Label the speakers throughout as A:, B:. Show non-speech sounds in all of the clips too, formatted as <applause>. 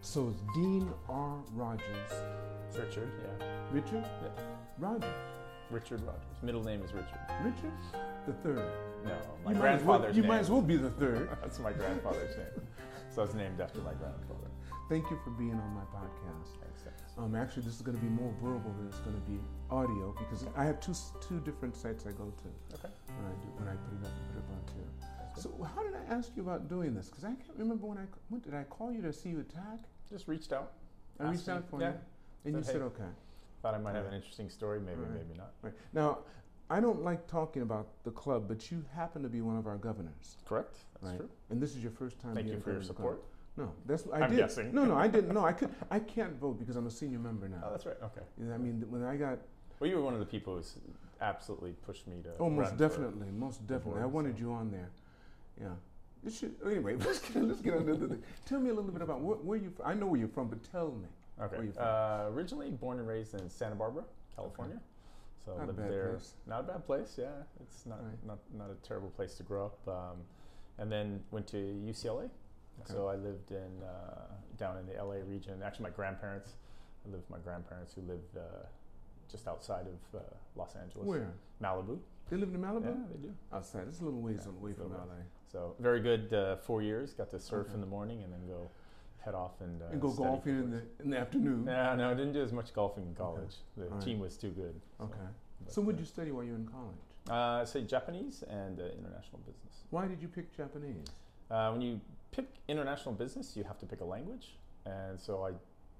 A: So it's Dean R. Rogers.
B: It's Richard, yeah.
A: Richard?
B: Yeah.
A: Roger.
B: Richard Rogers. Middle name is Richard.
A: Richard? The third.
B: No, my
A: you might as well,
B: grandfather's
A: you
B: name.
A: might as well be the third.
B: <laughs> That's my grandfather's name. So it's named after my grandfather.
A: Thank you for being on my podcast.
B: Makes sense.
A: Um, actually, this is going to be more verbal than it's going to be audio because I have two s- two different sites I go to
B: Okay.
A: when I do when I put it up and put it up on two. So how did I ask you about doing this? Because I can't remember when I c- when did I call you to see you attack?
B: Just reached out.
A: I
B: Asked
A: reached
B: me.
A: out for
B: Yeah.
A: you, and you
B: Said,
A: said
B: "Hey."
A: okay.
B: Thought I might have an interesting story. Maybe,
A: Alright.
B: maybe not.
A: Right now, I don't like talking about the club, but you happen to be one of our governors.
B: Correct. That's
A: right?
B: true.
A: And this is your first time.
B: Thank
A: being
B: you for your
A: governor of the club.
B: support.
A: No, that's I
B: I'm
A: did.
B: guessing.
A: No, no, I didn't.
B: <laughs>
A: No, I could. I can't vote because I'm a senior member now.
B: Oh, that's right. Okay.
A: You know, I mean, th- when I got
B: Well, you were one of the people who s- absolutely pushed me to.
A: Oh,
B: run
A: most
B: for it.
A: definitely, most definitely. I
B: board,
A: wanted
B: so.
A: you on there. Yeah. It should, anyway, <laughs> let's get, let's get on to the thing. Tell me a little bit about where, where you from. I know where you're from, but tell me. Where you
B: Okay.
A: from?
B: Uh, originally born and raised in Santa Barbara, California. So
A: Not a
B: lived
A: bad
B: there.
A: place.
B: Not a bad place. Yeah, it's not
A: Right.
B: not, not a terrible place to grow up. Um, and then went to UCLA. So I lived in uh, down in the LA region. Actually, my grandparents. I lived with my grandparents who lived uh, just outside of uh, Los Angeles.
A: Where?
B: Malibu.
A: They lived in Malibu?
B: Yeah, they do.
A: Outside. It's a little ways
B: Yeah,
A: away
B: it's a
A: from LA.
B: little So very good uh, four years. Got to surf
A: Okay.
B: in the morning and then go head off and, uh,
A: and go
B: study for
A: golfing in
B: college.
A: the, in the afternoon.
B: No, no, I didn't do as much golfing in college. The
A: All
B: team was too good.
A: Okay.
B: but,
A: So, what did
B: uh,
A: you study while you were in college?
B: Uh, say Japanese and uh, international business.
A: Why did you pick Japanese?
B: Uh, when you pick international business, you have to pick a language, and so I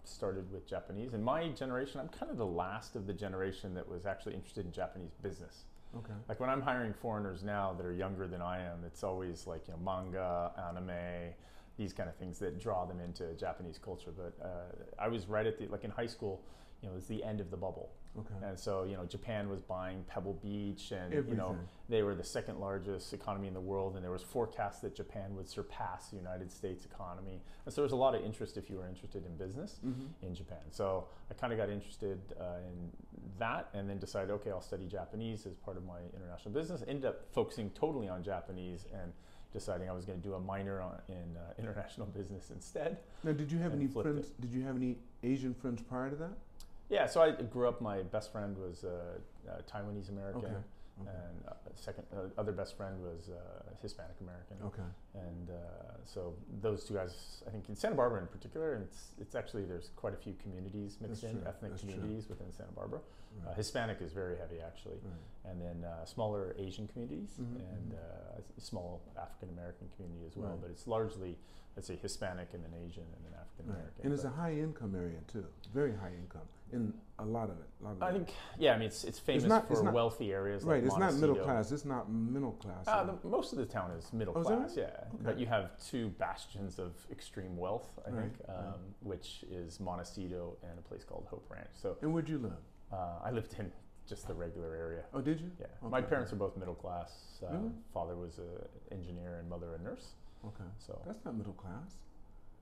B: started with Japanese. In my generation, I'm kind of the last of the generation that was actually interested in Japanese business.
A: Okay.
B: Like when I'm hiring foreigners now that are younger than I am, it's always like you know manga, anime, these kind of things that draw them into Japanese culture. But uh, I was right at the like in high school, you know, it was the end of the bubble,
A: Okay.
B: and so you know Japan was buying Pebble Beach, and you know
A: Everything.
B: they were the second largest economy in the world, and there was forecast that Japan would surpass the United States economy. And so there was a lot of interest if you were interested in business
A: Mhm.
B: in Japan. So I kind of got interested uh, in that and then decided, okay, I'll study Japanese as part of my international business. Ended up focusing totally on Japanese and deciding I was going to do a minor on, in uh, <laughs> international business instead.
A: Now, did you have
B: and
A: any
B: flipped it.
A: friends? Did you have any Asian friends prior to that?
B: Yeah, so I grew up, my best friend was uh, uh, Taiwanese American.
A: Okay. Okay.
B: And uh, second, uh, other best friend was uh, Hispanic American,
A: okay.
B: and uh, so those two guys, I think in Santa Barbara in particular, and it's, it's actually there's quite a few communities mixed
A: That's
B: in,
A: true.
B: ethnic
A: That's true.
B: communities within Santa Barbara. Uh,
A: Right.
B: Hispanic is very heavy, actually,
A: Right.
B: and then uh, smaller Asian communities
A: Mhm,
B: and
A: mhm.
B: uh, a small African American community as well.
A: Right.
B: But it's largely, let's say, Hispanic and then Asian and then African
A: Right.
B: American.
A: And it's
B: But
A: a high income area too, very high income, and a lot of it. lot of
B: I
A: it.
B: think, yeah, I mean, it's, it's famous
A: not-
B: for
A: it's not-
B: wealthy areas.
A: right.
B: like
A: It's not middle
B: Montecito.
A: class. It's not middle class.
B: Uh,
A: at
B: the,
A: all.
B: most of the town is middle
A: Oh, is that
B: class, yeah. But
A: Okay.
B: you have two bastions of extreme wealth, I
A: Right,
B: think, um,
A: right.
B: which is Montecito and a place called Hope Ranch. So
A: and where'd you live?
B: uh, I lived in just the regular area.
A: Oh, did you?
B: Yeah, my
A: Okay.
B: parents are both middle class. Uh,
A: Really?
B: Father was an engineer and mother a nurse.
A: Okay.
B: So
A: That's not middle class.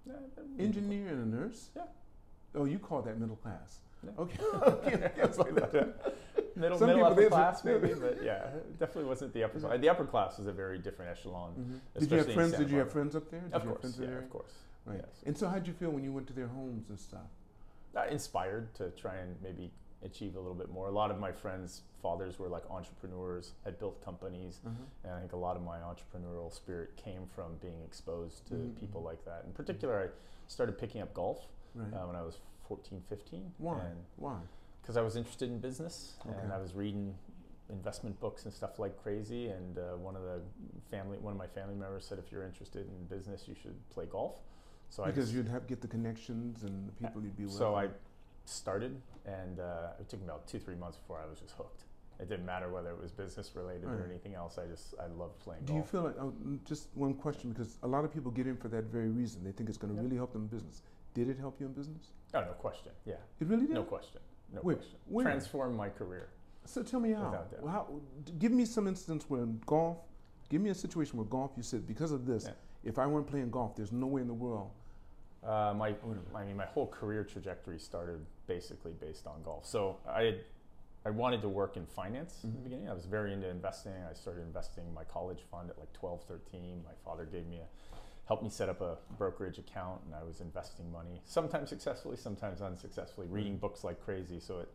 B: Yeah, they're middle <laughs>
A: Engineer <laughs> and a nurse.
B: Mm-hmm. Yeah.
A: Oh, you call that middle class?
B: Yeah. <laughs>
A: Okay. <laughs>
B: class. Yeah, something like that. middle
A: Some <laughs>
B: middle
A: people,
B: upper
A: they-
B: class maybe, but yeah, definitely wasn't the upper. class. The upper class was a very different echelon.
A: Mhm. Did you have
B: Mm-hmm. Especially in
A: friends?
B: Santa
A: Did you have
B: Barbara.
A: friends up there? Did
B: Of
A: you have
B: course,
A: friends in
B: yeah,
A: the area?
B: of course.
A: Right.
B: yes.
A: And so, how'd you feel when you went to their homes and stuff?
B: uh, inspired to try and maybe achieve a little bit more. A lot of my friends' fathers were like entrepreneurs, had built companies,
A: Uh-huh.
B: and I think a lot of my entrepreneurial spirit came from being exposed to
A: Mhm,
B: people
A: mhm.
B: like that. In particular, I started picking up golf
A: Right.
B: uh, when I was 14, 15.
A: Why? Why?
B: Because I was interested in business
A: Okay.
B: and I was reading investment books and stuff like crazy and uh, one of the family one of my family members said if you're interested in business you should play golf so I
A: because
B: just-
A: you'd have get the connections and the
B: Yeah.
A: people you'd be with.
B: so I started, and uh, it took me about two, three months before I was just hooked. It didn't matter whether it was business related or
A: Right.
B: anything else. I just I loved playing
A: Do you
B: golf.
A: feel like, oh, mm, just one question, because a lot of people get in for that very reason. They think it's going to
B: Yeah.
A: really help them in business. Did it help you in business?
B: oh, no question. Yeah,
A: It really did?
B: no question. No
A: Where-
B: question.
A: where?
B: Transform my career.
A: So tell me how.
B: Without doubt.
A: Well, how. d- Give me some instance where in golf, give me a situation where golf, you said, because of this,
B: Yeah.
A: if I weren't playing golf, there's no way in the world.
B: Uh, my,
A: I would've-
B: I mean, my whole career trajectory started basically based on golf. So I, had, I wanted to work in finance in
A: Mhm.
B: the beginning. I was very into investing. I started investing my college fund at like 12, 13. My father gave me a helped me set up a brokerage account, and I was investing money, sometimes successfully, sometimes unsuccessfully, reading books like crazy. So at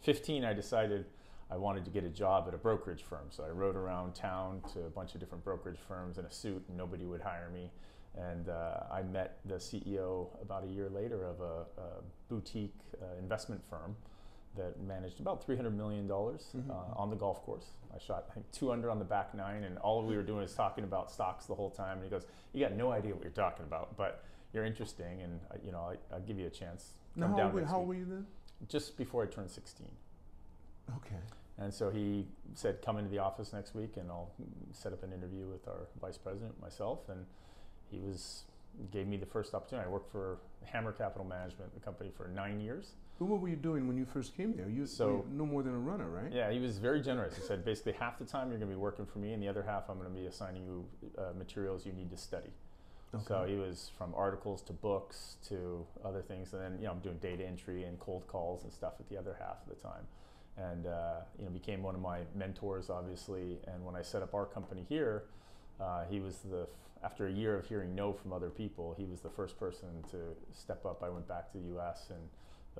B: 15, I decided I wanted to get a job at a brokerage firm. So I rode around town to a bunch of different brokerage firms in a suit, and nobody would hire me. And uh, I met the CEO about a year later of a, a boutique uh, investment firm that managed about $300 million,
A: Mm-hmm,
B: uh, on the golf course. I shot, I think, two under on the back nine, and all we were doing was talking about stocks the whole time. And he goes, You got no idea what you're talking about, but you're interesting, and uh, you know, I, I'll give you a chance.
A: Now,
B: Come
A: how,
B: down
A: old were,
B: next
A: how
B: week."
A: old were you then?
B: Just before I turned 16.
A: Okay.
B: And so he said, "Come into the office next week, and I'll set up an interview with our vice president, myself." And he was gave me the first opportunity. I worked for Hammer Capital Management, the company, for nine years.
A: But what were you doing when you first came there? You
B: So-
A: so no more than a runner, right?
B: Yeah, he was very generous. He said, "Basically, half the time you're going to be working for me, and the other half I'm going to be assigning you uh, materials you need to study." So he was from articles to books to other things, and then you know I'm doing data entry and cold calls and stuff at the other half of the time, and uh, you know became one of my mentors obviously. And when I set up our company here, uh, he was the f- after a year of hearing no from other people, he was the first person to step up. I went back to the U.S. and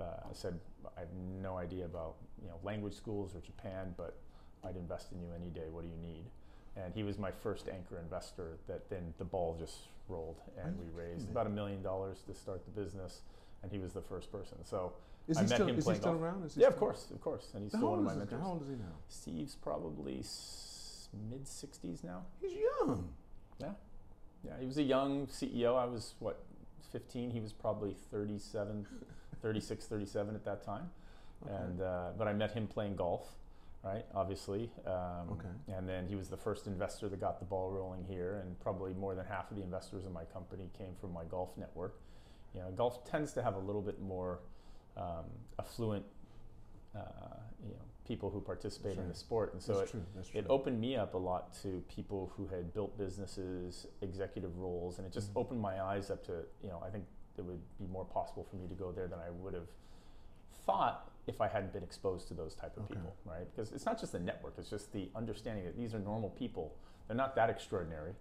B: uh, I said I have no idea about you know language schools or Japan, but I'd invest in you any day. What do you need? And he was my first anchor investor. That then the ball just rolled, and we raised about a million dollars to start the business. And he was the first person. So
A: Is
B: I
A: he
B: met
A: still
B: him
A: is he
B: playing
A: still
B: golf.
A: around? Is he
B: yeah, of
A: still-
B: course, of course. And he's
A: How
B: still one
A: old
B: of
A: is
B: my
A: this guy?
B: mentors.
A: How old is he now?
B: Steve's probably s- mid 60s now.
A: He's young.
B: Yeah, he was a young CEO. I was, what, 15? He was probably 37, 36, 37 at that time.
A: Okay.
B: And, uh, but I met him playing golf, right, obviously. Um,
A: Okay.
B: And then he was the first investor that got the ball rolling here. And probably more than half of the investors in my company came from my golf network. You know, golf tends to have a little bit more um, affluent uh, you know, people who participate in
A: Sure.
B: the sport. And uh, so it,
A: that's true. That's true.
B: it opened me up a lot to people who had built businesses, executive roles, and it just
A: Mhm.
B: opened my eyes up to, you know, I think it would be more possible for me to go there than I would have thought if I hadn't been exposed to those type of
A: Okay.
B: people, right? Because it's not just the network, it's just the understanding that these are normal people. They're not that extraordinary,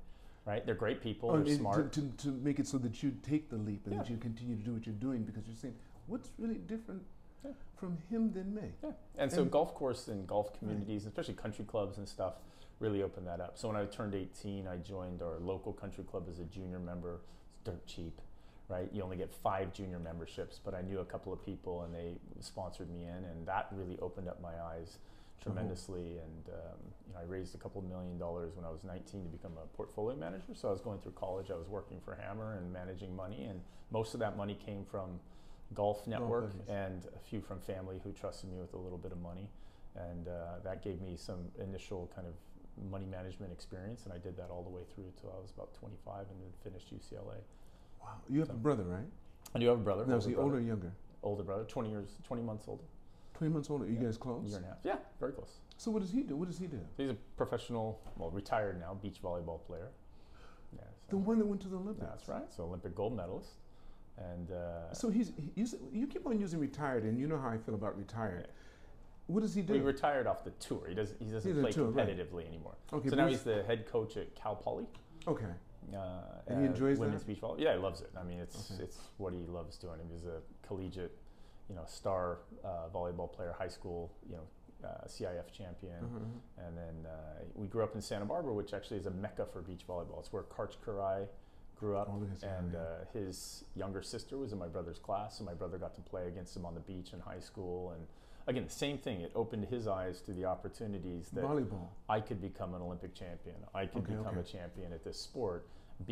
B: right? They're great people,
A: Oh,
B: they're
A: and
B: smart.
A: To, to, to make it so that you take the leap and
B: Yeah.
A: that you continue to do what you're doing because you're saying, what's really different
B: Yeah.
A: from him than me?
B: Yeah. And so
A: And-
B: golf course and golf communities, especially country clubs and stuff, really opened that up. So when I turned 18, I joined our local country club as a junior member. It's dirt cheap, right? You only get five junior memberships, but I knew a couple of people and they sponsored me in, and that really opened up my eyes tremendously. And um, you know, I raised a couple of million dollars when I was 19 to become a portfolio manager. So I was going through college, I was working for Hammer and managing money, and most of that money came from golf network
A: business.
B: and a few from family who trusted me with a little bit of money and uh, that gave me some initial kind of money management experience and i did that all the way through till i was about 25 and then finished ucla
A: Wow. You have
B: So-
A: a brother, right?
B: i do have a brother
A: Now, is he older
B: older brother,
A: or younger?
B: older brother 20 years 20 months older
A: 20 months older. Are you
B: Yeah.
A: guys
B: a
A: close?
B: year and a half yeah very close
A: So what does he do? What does he do?
B: he's a professional well retired now beach volleyball player yeah,
A: The
B: so-
A: one that went to the Olympics.
B: that's right so olympic gold medalist and uh,
A: So he's, he, you, s- you keep on using retired, and you know how I feel about retired.
B: Yeah.
A: What does he do?
B: he retired off the tour he doesn't he doesn't
A: He's on
B: play
A: tour, right.
B: competitively anymore
A: okay, but
B: so now
A: he's-
B: he's the head coach at cal poly
A: okay.
B: uh,
A: And he
B: uh,
A: enjoys
B: women's
A: that? Mm-hmm.
B: beach volleyball. Yeah, he loves it. I mean, it's
A: Okay.
B: it's what he loves doing. He was a collegiate, you know, star uh, volleyball player, high school, you know, uh, CIF champion,
A: Uh-huh.
B: and then uh, we grew up in Santa Barbara, which actually is a mecca for beach volleyball. It's where Karch Karai grew up,
A: Oh, look at that,
B: and
A: yeah.
B: uh, his younger sister was in my brother's class, and my brother got to play against him on the beach in high school. And again, the same thing. It opened his eyes to the opportunities that
A: Volleyball.
B: I could become an Olympic champion. I could
A: Okay,
B: become
A: okay.
B: a champion at this sport.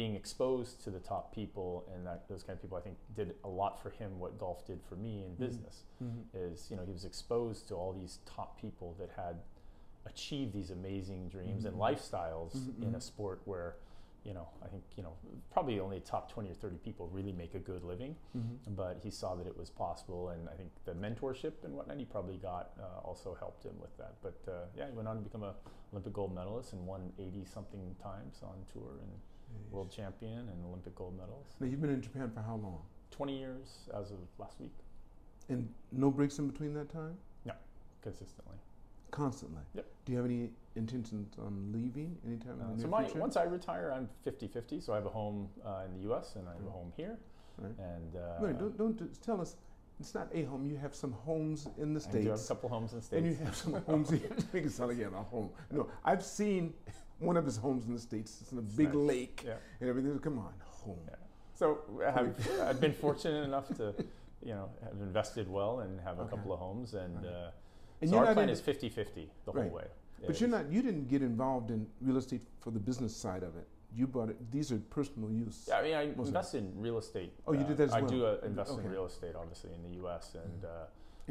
B: Being exposed to the top people and that, those kind of people, I think, did a lot for him what golf did for me in
A: Mhm.
B: business. Is you know he was exposed to all these top people that had achieved these amazing dreams
A: Mhm.
B: and lifestyles
A: Mhm,
B: in a
A: mhm.
B: sport where, you know, I think you know probably only top twenty or thirty people really make a good living
A: hmm
B: but he saw that it was possible, and I think the mentorship and whatnot he probably got uh, also helped him with that. But uh, yeah, he went on to become a Olympic gold medalist and won 80 something times on tour and world champion and Olympic gold medalist.
A: Now, you've been in Japan for how long?
B: 20 years as of last week,
A: And no breaks in between that time?
B: consistently.
A: Constantly.
B: Yep.
A: Do you have any intentions on leaving anytime in the
B: Uh,
A: near
B: so my,
A: future?
B: once I retire, I'm 50-50, so I have a home uh, in the U.S. and I have a
A: Mm.
B: home here.
A: Right.
B: And uh,
A: Wait, don't don't just tell us. It's not a home. You have some homes in the
B: I do have a
A: states,
B: couple homes in the
A: and you
B: States.
A: have some homes.
B: <laughs>
A: here. Make it sound like you have a home. No, I've seen one of his homes in the states. It's in a
B: It's
A: big
B: nice.
A: lake
B: Yeah.
A: and everything. Come on, home.
B: Yeah. So
A: <laughs>
B: I've, I've been fortunate enough to, you know, have invested well and have a
A: Okay.
B: couple of homes. And,
A: Right.
B: uh,
A: And
B: so
A: you're
B: our
A: not
B: plan
A: in-
B: is 50-50 the whole
A: Right.
B: way.
A: But you're not. You didn't get involved in real estate for the business side of it. You bought it. These are personal use.
B: Yeah, I mean, I
A: Mostly.
B: invest in real estate.
A: Oh, you did that as
B: I
A: well.
B: do uh, invest
A: Okay. Mm-hmm.
B: in real estate, obviously, in the U.S. and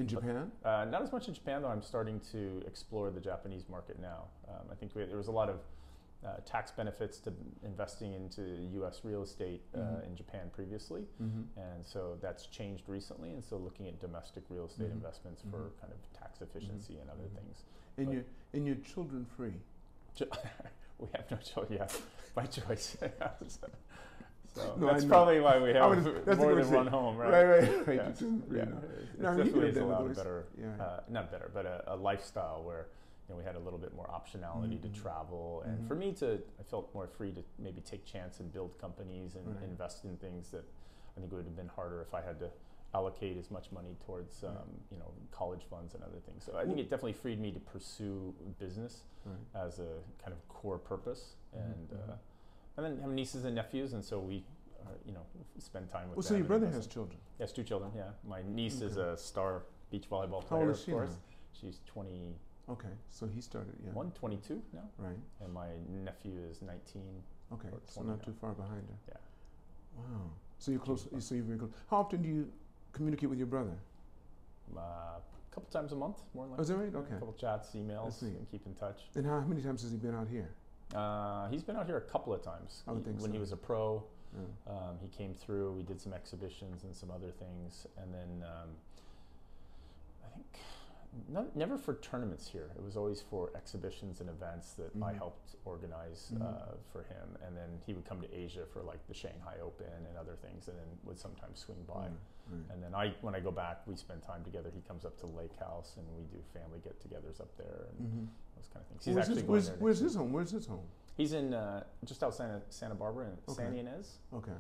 A: In Japan,
B: uh, uh, not as much in Japan, though. I'm starting to explore the Japanese market now. Um, I think we, there was a lot of uh, tax benefits to investing into U.S. real estate uh,
A: Mhm.
B: in Japan previously,
A: mm-hmm.
B: and so that's changed recently. And so, looking at domestic real estate
A: Mhm.
B: investments for kind of tax efficiency and other
A: Mhm.
B: things.
A: and
B: But-
A: your and your children free.
B: We have no choice. Yeah, <laughs> by choice. <laughs> so
A: No, I
B: that's
A: know.
B: probably why we
A: I
B: have
A: was- that's what I
B: more
A: was
B: than
A: saying.
B: one home, right?
A: right, right.
B: Yeah.
A: You just-
B: Yeah,
A: you know.
B: it's
A: No, you could have
B: definitely has
A: done
B: allowed a
A: otherwise.
B: better,
A: Yeah.
B: uh, not better, but a, a lifestyle where you know, we had a little bit more optionality
A: Mhm.
B: to travel, and
A: Mhm.
B: for me to, I felt more free to maybe take chance and build companies and
A: Right.
B: invest in things that I think would have been harder if I had to allocate as much money towards um,
A: Right.
B: you know college funds and other things. So I think
A: Well-
B: it definitely freed me to pursue business
A: Right.
B: as a kind of core purpose,
A: Mhm,
B: and
A: mhm.
B: uh, and then have nieces and nephews, and so we. Are, you know, spend time with.
A: Well, so
B: them
A: your
B: and
A: brother
B: invest
A: has children.
B: Yes, two children. Yeah, my niece is
A: Okay.
B: a star beach volleyball
A: How
B: player.
A: old is she
B: of
A: now?
B: course, she's 21,
A: Okay, so he started. Yeah.
B: 22 now,
A: Right.
B: and my nephew is 19.
A: Okay,
B: Or
A: so
B: 20
A: not
B: now.
A: too far behind her.
B: Yeah.
A: Wow. So you're close. So you're very close. How often do you communicate with your brother?
B: Uh, a couple times a month, more than
A: Oh, is
B: likely.
A: that right? Okay.
B: A couple chats, emails,
A: neat.
B: and keep in touch.
A: And how, how many times has he been out here?
B: Uh, he's been out here a couple of times.
A: I would
B: He-
A: think
B: when he
A: so.
B: was a pro,
A: Yeah.
B: um, he came through. We did some exhibitions and some other things, and then um, I think not, never for tournaments here. It was always for exhibitions and events that I
A: Mhm.
B: helped organize
A: Mhm.
B: uh, for him, and then he would come to Asia for like the Shanghai Open and other things, and then would sometimes swing by.
A: Right, right.
B: And then I, when I go back, we spend time together. He comes up to Lake House, and we do family get-togethers up there and
A: Mhm.
B: those kind of things.
A: Where's, his,
B: going
A: where's,
B: there next
A: where's
B: week.
A: his home? Where's his home?
B: He's in uh, just outside of Santa Barbara in
A: Okay.
B: San Ynez
A: Okay.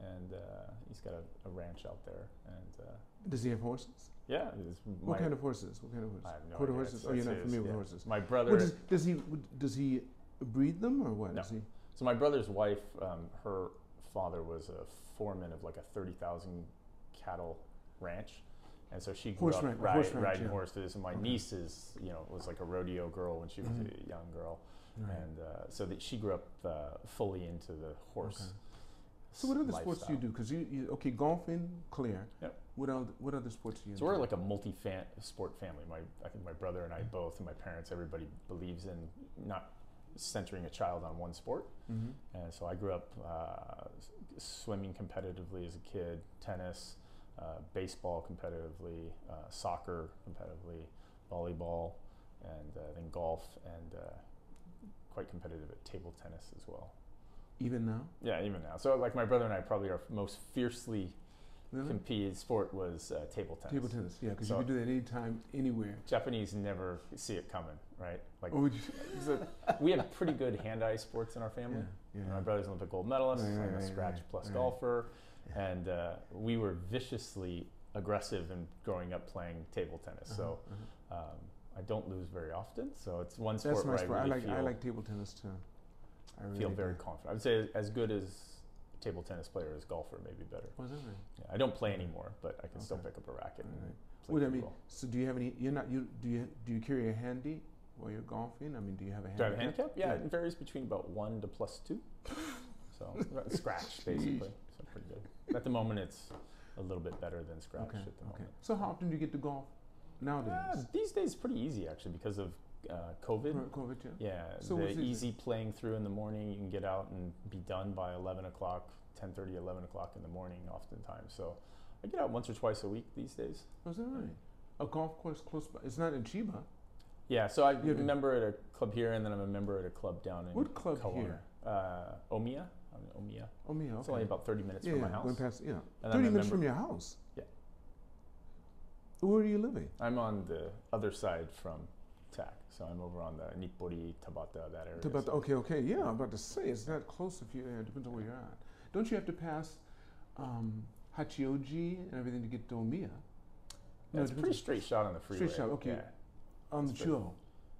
B: and uh, he's got a, a ranch out there. And uh,
A: Does he have horses?
B: yeah, it's my,
A: what kind of horses? What kind of horses?
B: I have no
A: Quarter
B: idea.
A: horses?
B: It's-
A: oh, you're
B: it's
A: not
B: his,
A: familiar with
B: yeah.
A: horses.
B: my
A: Well,
B: brother.
A: does, does he would- does he breed them or what?
B: No.
A: Is he?
B: so my brother's wife, um, her father was a foreman of like a thirty thousand cattle ranch, and so she grew
A: Horse
B: up
A: ranch-
B: ri-
A: horse ranch,
B: riding
A: yeah.
B: horses. And my
A: Okay.
B: niece is, you know, was like a rodeo girl when she was
A: Mhm.
B: a young girl,
A: Right.
B: and uh, so that she grew up uh, fully into the horse.
A: Okay. So what other sports do you
B: lifestyle.
A: do? Because you, you okay golfing clear.
B: Yep.
A: What other what other sports do you?
B: So we're
A: enjoy?
B: like a multi-sport family. My, I think my brother and I both, and my parents, everybody believes in not centering a child on one sport.
A: Mhm.
B: And so I grew up uh, s- swimming competitively as a kid, tennis, uh, baseball competitively, uh, soccer competitively, volleyball, and uh, then golf, and uh, quite competitive at table tennis as well.
A: even now.
B: Yeah, even now. So like my brother and I probably our most fiercely
A: Really?
B: competed sport was uh, table tennis.
A: Table tennis, yeah, because
B: So-
A: you can do that anytime, anywhere.
B: Japanese never see it coming, right? Like
A: Or would you, <laughs>
B: so we have pretty good hand-eye sports in our family.
A: yeah,
B: And
A: yeah.
B: My brother's an Olympic gold medalist.
A: Right, right,
B: I'm a
A: right,
B: scratch
A: right,
B: plus
A: right.
B: golfer,
A: Yeah.
B: and uh, we were viciously aggressive in growing up playing table tennis.
A: Uh-huh,
B: So
A: uh-huh.
B: um, I don't lose very often. So it's one sport
A: that's my
B: where
A: sport. I,
B: I really
A: like
B: feel,
A: I like table tennis too. I really
B: feel very
A: do.
B: confident. I would say as good as table tennis player as golfer, maybe better.
A: Was that right?
B: Yeah, I don't play anymore, but I can still
A: Okay.
B: pick up a racket. And
A: All right.
B: play
A: What I
B: pool
A: mean,
B: ball.
A: so do you have any? You're not you do you do you carry a handy while you're golfing? I mean, do you have a
B: Do I have a
A: handicap?
B: handicap? Yeah,
A: Yeah.
B: it varies between about one to plus two. So about
A: <laughs>
B: scratch basically. So pretty good. At the moment, it's a little bit better than scratch
A: Okay,
B: at the
A: okay.
B: moment.
A: So how often do you get to golf nowadays?
B: Yeah, these days it's pretty easy actually because of uh, COVID.
A: Cor- COVID, yeah.
B: Yeah,
A: So
B: the
A: what's easy?
B: easy playing through in the morning. You can get out and be done by 11 o'clock, 10:30, 11 o'clock in the morning, oftentimes. So I get out once or twice a week these days.
A: Was that right? A golf course close by. It's not in Chiba.
B: Yeah, so I'm
A: You
B: a
A: have to-
B: member at a club here, and then I'm a member at a club down in
A: What club
B: Kelowna.
A: here?
B: Uh, Omiya. I'm in Omiya.
A: Oh, me. Okay.
B: It's only about 30 minutes
A: yeah,
B: from
A: yeah,
B: my house.
A: going past. Yeah,
B: And I'm
A: thirty
B: a
A: minutes
B: member-
A: from your house.
B: Yeah.
A: Where are you living?
B: I'm on the other side from tack. So I'm over on the Nipori, Tabata, that area.
A: About the-
B: so-
A: okay, okay, yeah, I'm about to say it's that close if you yeah, it depends on where you're at. Don't you have to pass um, Hachioji and everything to get to Omiya?
B: Yeah,
A: it
B: it's a
A: depends
B: pretty straight shot on the freeway.
A: Straight shot, okay.
B: Yeah.
A: on the
B: it's pretty-
A: Chuo.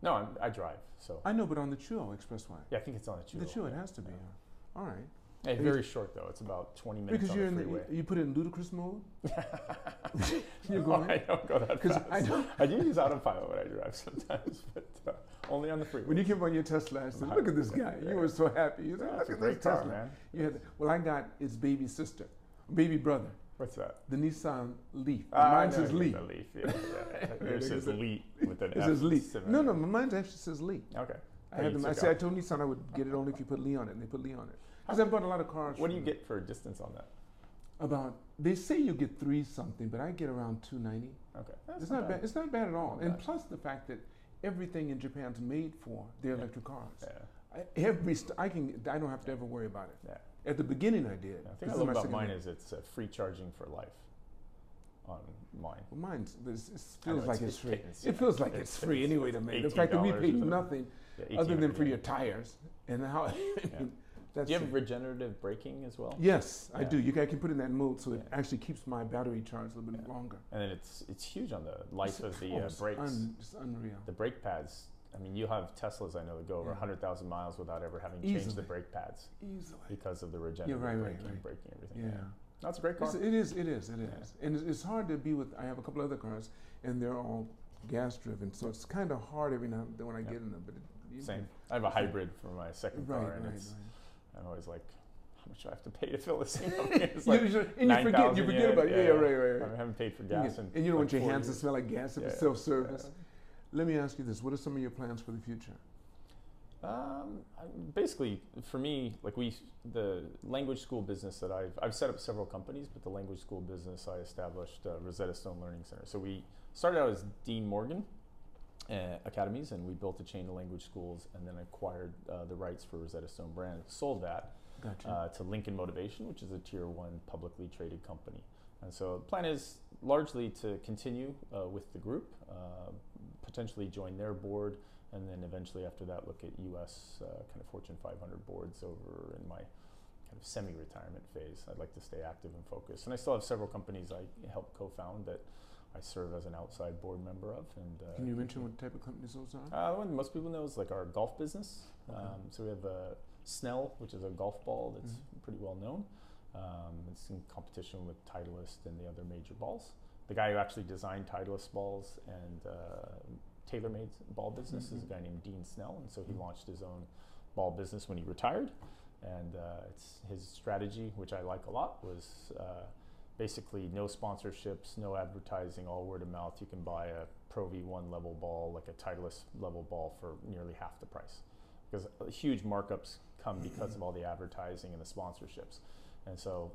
B: No, I'm, I drive. So
A: I know, but on the Chuo Expressway.
B: yeah, I think it's on the Chuo.
A: the oh Chuo, it has to be.
B: Yeah.
A: yeah. All right,
B: Yeah,
A: Because-
B: very short though. It's about 20 minutes
A: because
B: on
A: you're in
B: the
A: the,
B: freeway. <laughs>
A: you- you put it in ludicrous mode. you're
B: No,
A: going-
B: I don't go that
A: 'Cause
B: fast.
A: I
B: I,
A: don't-
B: do use autopilot when I drive <laughs> sometimes, but uh, only on the
A: <laughs>
B: freeway.
A: When you came on your Tesla, I said, "Look at this guy! You were so happy. You said,
B: Yeah,
A: look
B: it's a
A: at this
B: great car,
A: Tesla."
B: man.
A: You had well, I got its baby sister, baby brother,
B: What's that?
A: the Nissan Leaf.
B: Ah, I
A: Mine
B: know
A: says
B: you
A: Leaf.
B: got Leaf.
A: <laughs>
B: Yeah, yeah.
A: Yeah,
B: Yours says
A: because
B: Leaf with
A: <laughs>
B: an
A: It
B: F.
A: says Leaf.
B: similar.
A: No, no, mine actually says Leaf.
B: Okay.
A: I
B: Oh,
A: had
B: you
A: them. I
B: took
A: said I
B: off.
A: told Nissan I would get it only if you put Lee on it, and they put Lee on it. Because I bought a lot of cars.
B: What do you
A: from
B: get for distance on that?
A: About they say you get three something, but I get around two ninety.
B: Okay. That's
A: It's not bad. It's not bad at all.
B: Not
A: And
B: bad.
A: plus the fact that everything in Japan's made for their
B: Yeah.
A: electric cars.
B: Yeah.
A: I, every st- I can I don't have to ever worry about it.
B: Yeah.
A: At the beginning I did.
B: Yeah, I
A: This
B: think I
A: is
B: love
A: my
B: about
A: second
B: mine
A: one.
B: is it's uh, free charging for life on mine.
A: Well, mine's this it
B: I know,
A: feels like it's,
B: it's <laughs>
A: free.
B: pittance,
A: It
B: yeah.
A: feels like
B: It's
A: it's, free
B: pittance.
A: anyway to
B: It's
A: me. The fact that we
B: $18 or
A: paid
B: something.
A: nothing
B: Yeah, 18
A: other than
B: every
A: for
B: day.
A: your tires and how. <laughs> I
B: Yeah.
A: mean, that's
B: Do you
A: it.
B: have regenerative braking as well?
A: Yes, I
B: Yeah.
A: do. You ca- I can put it in that mode so it
B: Yeah.
A: actually keeps my battery charged a little bit
B: Yeah.
A: longer.
B: And then it's it's huge on the life
A: It's-
B: of the
A: oh,
B: uh,
A: it's
B: brakes.
A: un- it's unreal.
B: the brake pads. I mean, you have Teslas I know that go over
A: Yeah.
B: 100,000 miles without ever having changed the
A: Easily.
B: brake pads
A: Easily.
B: because of the regenerative
A: right, right,
B: braking,
A: right.
B: braking everything.
A: Yeah.
B: That's a great car.
A: It's, it is, it is, it
B: Yeah.
A: is. And it's, it's hard to be with, I have a couple other cars and they're all gas driven. So it's kind of hard every now and then when I
B: Yeah.
A: get in them. But it, you
B: Same.
A: can-
B: I have a hybrid for my second
A: Right,
B: car,
A: right,
B: and
A: right.
B: it's
A: <laughs>
B: <laughs> I'm always like, how much do I have to pay to fill this thing up?
A: You
B: <laughs> It's like,
A: just- and you forget, you
B: 9,000
A: forget
B: yen.
A: about it. Yeah,
B: Yeah,
A: right, right, right.
B: I haven't paid for
A: You
B: gas,
A: get-
B: and
A: and you don't want
B: like
A: your
B: four
A: hands to
B: years.
A: smell like gas if
B: Yeah,
A: it's
B: yeah.
A: self service. Let me ask you this what are some of your plans for the future?
B: Um, I- basically, for me, like we, the language school business that I've, I've set up several companies, but the language school business I established uh, Rosetta Stone Learning Center. So we started out as Dean Morgan uh, Academies, and we built a chain of language schools, and then acquired uh, the rights for Rosetta Stone brand, sold that,
A: Gotcha.
B: uh, to Lincoln Motivation, which is a tier one publicly traded company. And so the plan is largely to continue uh, with the group, uh, potentially join their board, and then eventually after that look at U.S. Uh, kind of Fortune 500 boards over in my kind of semi-retirement phase. I'd like to stay active and focused. And I still have several companies I helped co-found that I serve as an outside board member of. And uh,
A: Can you mention what type of companies those are?
B: uh, the one most people know is like our golf business.
A: Okay.
B: Um, so we have uh, Snell, which is a golf ball that's
A: Mhm.
B: pretty well known. Um, it's in competition with Titleist and the other major balls. The guy who actually designed Titleist balls and uh, TaylorMade's ball business is a
A: Mhm.
B: guy named Dean Snell, and so he
A: Mhm.
B: launched his own ball business when he retired. And uh, it's his strategy, which I like a lot, was uh, basically no sponsorships, no advertising, all word of mouth. You can buy a Pro V1 level ball, like a Titleist level ball, for nearly half the price because huge markups come because of all the advertising and the sponsorships. And so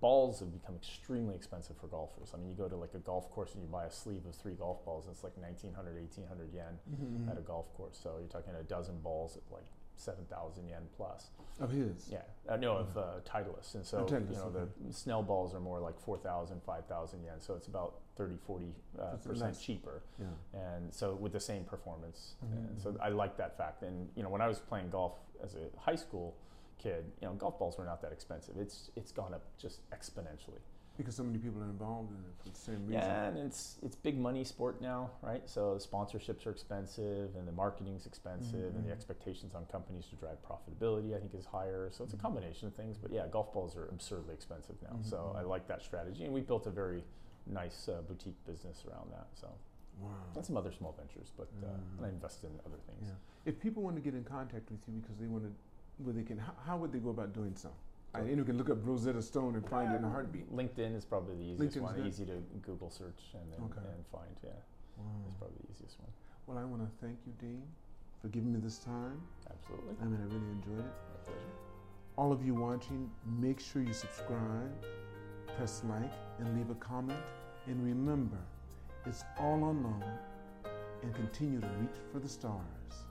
B: balls have become extremely expensive for golfers. I mean, you go to like a golf course and you buy a sleeve of three golf balls, and it's like 1900, 1800 yen
A: Mhm,
B: at a golf course. So you're talking a dozen balls at like 7,000 yen plus.
A: mhm. Of his.
B: Yeah, uh, no, of uh, Titleist. And so,
A: Mm. Oh, Titleist,
B: you know, the Snell balls are more like 4,000, 5,000 yen. So it's about 30, 40 uh,
A: That's
B: percent
A: less.
B: cheaper
A: Yeah.
B: and so with the same performance.
A: Mhm,
B: And so
A: mhm.
B: I like that fact. And you know, when I was playing golf as a high school kid, you know, golf balls were not that expensive. It's it's gone up just exponentially.
A: Because so many people are involved in it for the same reason.
B: Yeah, and it's it's big money sport now, right? So sponsorships are expensive, and the marketing's expensive, and
A: Mhm.
B: the expectations on companies to drive profitability, I think, is higher. So it's a
A: Mhm.
B: combination of things. But yeah, golf balls are absurdly expensive now. So
A: Mhm.
B: I like that strategy, and we built a very nice uh, boutique business around that. So.
A: Wow.
B: And some other small ventures, but uh,
A: Mm.
B: and I invest in other things.
A: Yeah. If people want to get in contact with you because they want to, well, they can. How, how would they go about doing so? I,
B: Sorry.
A: anyone can look up Rosetta Stone and find it in a heartbeat.
B: LinkedIn is probably the easiest
A: LinkedIn's
B: one.
A: good.
B: Easy to Google search and then
A: Okay. Mm-hmm.
B: and find. Yeah, it's probably the easiest one.
A: Well, I want to thank you, Dean, for giving me this time.
B: Absolutely.
A: I mean, I really enjoyed it.
B: My pleasure.
A: All of you watching, make sure you subscribe, press like, and leave a comment. And remember, it's all on loan, and continue to reach for the stars.